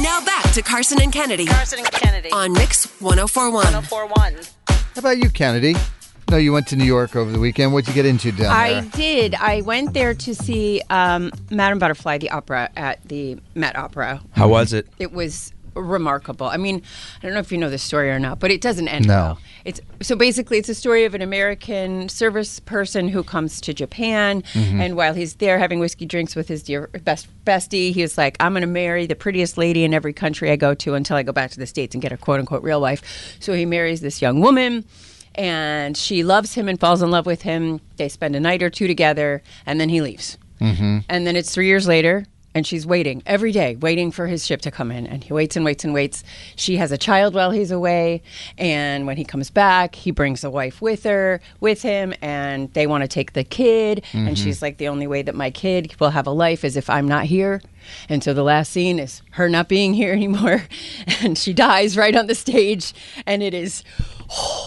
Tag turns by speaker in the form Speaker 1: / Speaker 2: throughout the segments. Speaker 1: Now back to Carson and Kennedy
Speaker 2: Carson and Kennedy.
Speaker 1: on Mix 1041.
Speaker 2: 1041.
Speaker 3: How about you, Kennedy? No, you went to New York over the weekend. What'd you get into down
Speaker 2: I
Speaker 3: there?
Speaker 2: did. I went there to see um, Madame Butterfly, the opera, at the Met Opera.
Speaker 4: How was it?
Speaker 2: It was remarkable. I mean, I don't know if you know this story or not, but it doesn't end
Speaker 3: No.
Speaker 2: well. It's so basically it's a story of an American service person who comes to Japan and while he's there having whiskey drinks with his dear best bestie, he's like, I'm gonna marry the prettiest lady in every country I go to until I go back to the States and get a quote unquote real wife. So he marries this young woman and she loves him and falls in love with him. They spend a night or two together and then he leaves. And then it's three years later, and she's waiting every day, waiting for his ship to come in. And he waits and waits and waits. She has a child while he's away. And when he comes back, he brings the wife with her, with him, and they want to take the kid. And she's like, the only way that my kid will have a life is if I'm not here. And so the last scene is her not being here anymore. And she dies right on the stage. And it is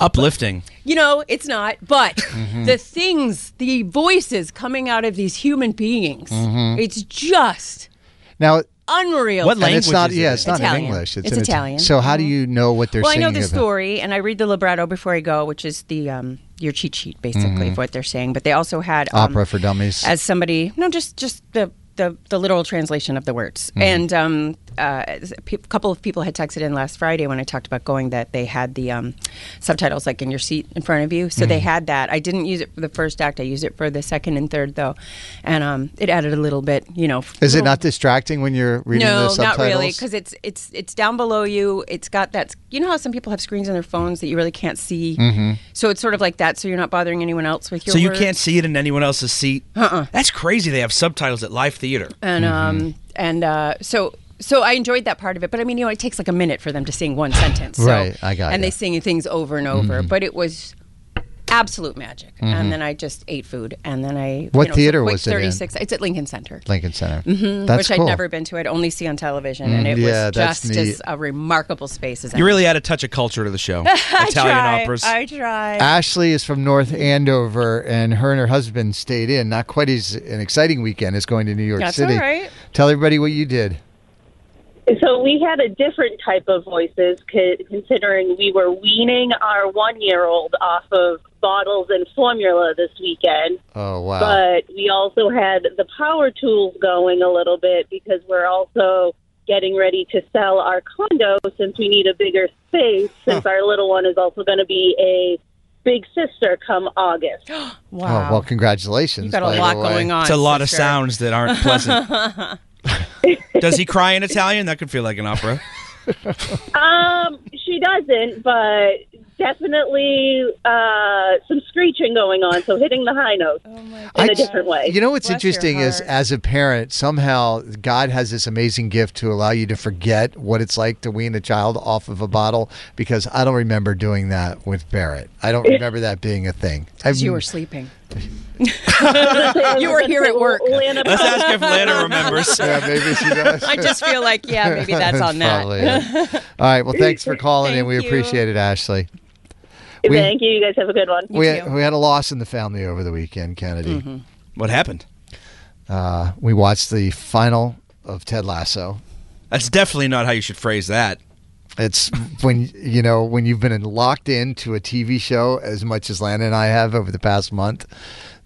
Speaker 4: Uplifting.
Speaker 2: you know, it's not, but the things, the voices coming out of these human beings, it's just
Speaker 3: Now,
Speaker 2: unreal.
Speaker 4: What
Speaker 3: and it's
Speaker 4: language
Speaker 3: not.
Speaker 4: is it
Speaker 3: Yeah,
Speaker 4: in?
Speaker 3: it's not
Speaker 2: Italian.
Speaker 3: in English.
Speaker 2: It's
Speaker 3: in Ita-
Speaker 2: Italian.
Speaker 3: So how do you know what they're
Speaker 2: Well, I
Speaker 3: singing?
Speaker 2: know the
Speaker 3: about?
Speaker 2: story, and I read the libretto before I go, which is the um, your cheat sheet, basically, of what they're saying. But they also had um,
Speaker 3: Mm-hmm. Opera for dummies.
Speaker 2: as somebody no just just the the, the literal translation of the words
Speaker 3: Mm-hmm.
Speaker 2: and um, uh, a pe- couple of people had texted in last friday when i talked about going that they had the um, subtitles like in your seat in front of you so
Speaker 3: Mm-hmm.
Speaker 2: they had that i didn't use it for the first act i used it for the second and third though and um, it added a little bit you know
Speaker 3: Is it
Speaker 2: little-
Speaker 3: not distracting when you're reading
Speaker 2: no,
Speaker 3: the subtitles?
Speaker 2: not really, because it's it's it's down below you. It's got that. You know how some people have screens on their phones that you really can't see.
Speaker 3: Mm-hmm.
Speaker 2: So it's sort of like that. So you're not bothering anyone else with your.
Speaker 4: So you
Speaker 2: words.
Speaker 4: can't see it in anyone else's seat. Uh-uh. That's crazy. They have subtitles at live theater.
Speaker 2: and
Speaker 3: Mm-hmm.
Speaker 2: um and uh so so I enjoyed that part of it, but I mean, you know, it takes like a minute for them to sing one sentence. So,
Speaker 3: Right, I got
Speaker 2: And
Speaker 3: ya. Mm-hmm.
Speaker 2: they sing things over and over, but it was absolute magic. And then I just ate food, and then I
Speaker 3: What
Speaker 2: you know,
Speaker 3: theater
Speaker 2: it's a quick
Speaker 3: was it in?
Speaker 2: 36, It's at Lincoln Center,
Speaker 3: Lincoln Center. That's
Speaker 2: Mm-hmm, which
Speaker 3: cool. Mm-hmm.
Speaker 2: I'd never been to. I'd only see on television, and it
Speaker 3: yeah,
Speaker 2: was
Speaker 3: that's
Speaker 2: just
Speaker 3: neat.
Speaker 2: as a remarkable space as
Speaker 4: You really had a touch of culture to the show. Italian
Speaker 2: I
Speaker 4: operas.
Speaker 2: I tried.
Speaker 3: Ashley is from North Andover, and her and her husband stayed in. Not quite as an exciting weekend as going to New York
Speaker 2: That's
Speaker 3: City.
Speaker 2: all right.
Speaker 3: Tell everybody what you did.
Speaker 5: So we had a different type of voices, co- considering we were weaning our one-year-old off of bottles and formula this weekend.
Speaker 3: Oh wow!
Speaker 5: But we also had the power tools going a little bit because we're also getting ready to sell our condo since we need a bigger space. Since our little one is also going to be a big sister come August.
Speaker 2: wow,
Speaker 3: Oh well, congratulations.
Speaker 2: you got
Speaker 3: by
Speaker 2: a
Speaker 3: the
Speaker 2: lot
Speaker 3: way.
Speaker 2: going on.
Speaker 4: it's a lot
Speaker 2: for
Speaker 4: of
Speaker 2: sure.
Speaker 4: sounds that aren't pleasant. Does he cry in Italian? That could feel like an opera.
Speaker 5: Um, she doesn't, but definitely uh, some screeching going on. So hitting the high notes in a different way.
Speaker 3: You know what's
Speaker 2: Bless your
Speaker 3: interesting is
Speaker 2: heart.
Speaker 3: as a parent, somehow God has this amazing gift to allow you to forget what it's like to wean a child off of a bottle because I don't remember doing that with Barrett. I don't remember that being a thing. I
Speaker 2: You were sleeping. you were here at work.
Speaker 5: Lana-
Speaker 4: Let's ask if Lana remembers.
Speaker 3: yeah, maybe she does.
Speaker 2: I just feel like, yeah, maybe that's on that.
Speaker 3: Probably is. All right. Well, thanks for calling in.
Speaker 2: Thank
Speaker 3: We
Speaker 2: you.
Speaker 3: appreciate it, Ashley. We-
Speaker 5: Thank you. You guys have a good one.
Speaker 3: We had, we had a loss in the family over the weekend, Kennedy.
Speaker 2: Mm-hmm.
Speaker 4: What happened?
Speaker 3: Uh, we watched the final of Ted Lasso.
Speaker 4: That's definitely not how you should phrase that.
Speaker 3: It's when you know when you've been locked into a TV show as much as Lana and I have over the past month.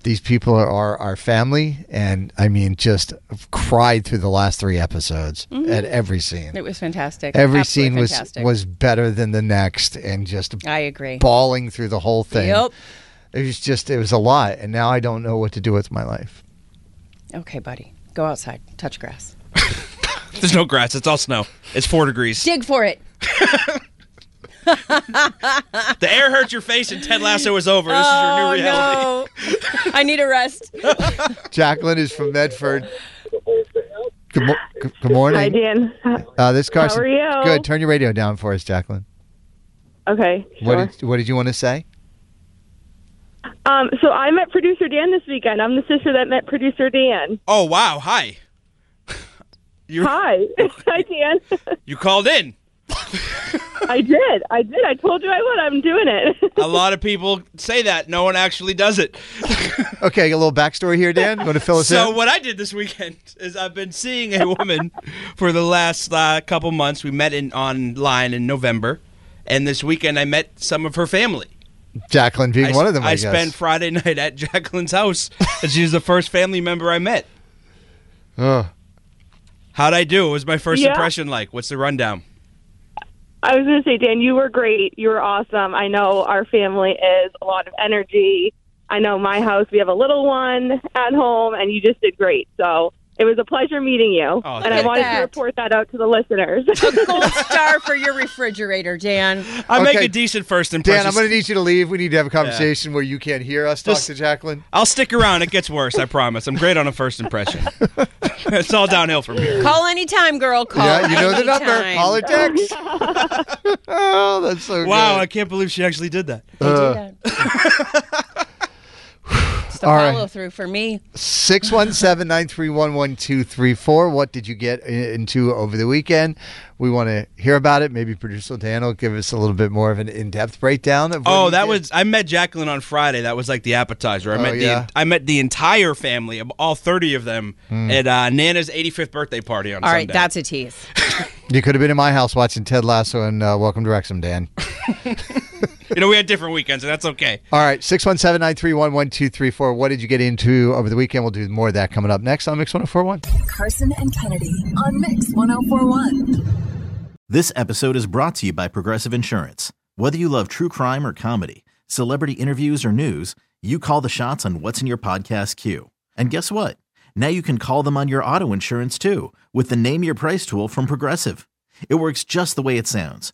Speaker 3: These people are, are our family, and I mean, just cried through the last three episodes at every scene.
Speaker 2: Mm-hmm. It was fantastic.
Speaker 3: every
Speaker 2: Absolutely
Speaker 3: scene was
Speaker 2: fantastic.
Speaker 3: was better than the next, and just
Speaker 2: I agree.
Speaker 3: bawling through the whole thing.
Speaker 2: Yep.
Speaker 3: It was just it was a lot, and now I don't know what to do with my life.
Speaker 2: Okay, buddy. Go outside. Touch grass.
Speaker 4: There's no grass. It's all snow. It's four degrees.
Speaker 2: Dig for it.
Speaker 4: The air hurts your face, and Ted Lasso is over. This is your new reality.
Speaker 2: Oh, no. I need a rest.
Speaker 3: Jacqueline is from Medford. Good, mo- good- good morning.
Speaker 5: Hi, Dan.
Speaker 3: Uh, this Carson.
Speaker 5: How are you?
Speaker 3: Good. Turn your radio down for us, Jacqueline.
Speaker 5: Okay.
Speaker 3: What
Speaker 5: sure.
Speaker 3: did What did you want to say?
Speaker 5: um, so I met producer Dan this weekend. I'm the sister that met producer Dan.
Speaker 4: Oh wow! Hi,
Speaker 5: Hi. Hi, Dan.
Speaker 4: you called in.
Speaker 5: I did. I did. I told you I would. I'm doing it.
Speaker 4: A lot of people say that. No one actually does it.
Speaker 3: Okay, a little backstory here, Dan. Want to fill us
Speaker 4: So uh,
Speaker 3: in?
Speaker 4: what I did this weekend is I've been seeing a woman for the last uh, couple months. We met in online in November, and this weekend I met some of her family.
Speaker 3: Jacqueline being
Speaker 4: I,
Speaker 3: one of them. I,
Speaker 4: I
Speaker 3: guess.
Speaker 4: spent Friday night at Jacqueline's house, and she was the first family member I met.
Speaker 3: Ugh.
Speaker 4: How'd I do? What was my first
Speaker 5: Yeah.
Speaker 4: impression like? What's the rundown?
Speaker 5: I was going to say, Dan, you were great. You were awesome. I know our family is a lot of energy. I know my house, we have a little one at home, and you just did great. So it was a pleasure meeting you.
Speaker 4: Oh,
Speaker 5: and
Speaker 4: thank
Speaker 5: I wanted
Speaker 2: you.
Speaker 5: to report that out to the listeners.
Speaker 2: Gold star for your refrigerator, Dan.
Speaker 4: I make
Speaker 3: Okay.
Speaker 4: a decent first impression.
Speaker 3: Dan, I'm going to need you to leave. We need to have a conversation where you can't hear us talk to Jacqueline.
Speaker 4: I'll stick around. It gets worse, I promise. I'm great on a first impression. it's all downhill from here.
Speaker 2: Call anytime, girl. Call.
Speaker 3: yeah, you know the number.
Speaker 2: anytime.
Speaker 3: Call or text. oh, that's so
Speaker 4: Wow,
Speaker 3: good.
Speaker 4: I can't believe she actually did that.
Speaker 2: They do
Speaker 3: Uh.
Speaker 2: that. It's the
Speaker 3: all right.
Speaker 2: follow through for me.
Speaker 3: 617-931-1234. What did you get i- into over the weekend? We want to hear about it. Maybe producer Dan will give us a little bit more of an in-depth breakdown of what
Speaker 4: Oh,
Speaker 3: he
Speaker 4: that
Speaker 3: did.
Speaker 4: was I met Jacqueline on Friday. That was like the appetizer. I
Speaker 3: Oh,
Speaker 4: met
Speaker 3: yeah.
Speaker 4: the I met the entire family, all thirty of them,
Speaker 3: Hmm.
Speaker 4: at uh, Nana's 85th birthday party on
Speaker 2: All
Speaker 4: Sunday.
Speaker 2: right, that's a tease.
Speaker 3: You could have been in my house watching Ted Lasso and uh, Welcome to Wrexham, Dan.
Speaker 4: you know we had different weekends, and that's okay.
Speaker 3: All right, 617-931-1234. What did you get into over the weekend? We'll do more of that coming up next on Mix 1041.
Speaker 6: Carson and Kennedy on Mix 1041.
Speaker 7: This episode is brought to you by Progressive Insurance. Whether you love true crime or comedy, celebrity interviews or news, you call the shots on what's in your podcast queue. And guess what? Now you can call them on your auto insurance too with the Name Your Price tool from Progressive. It works just the way it sounds.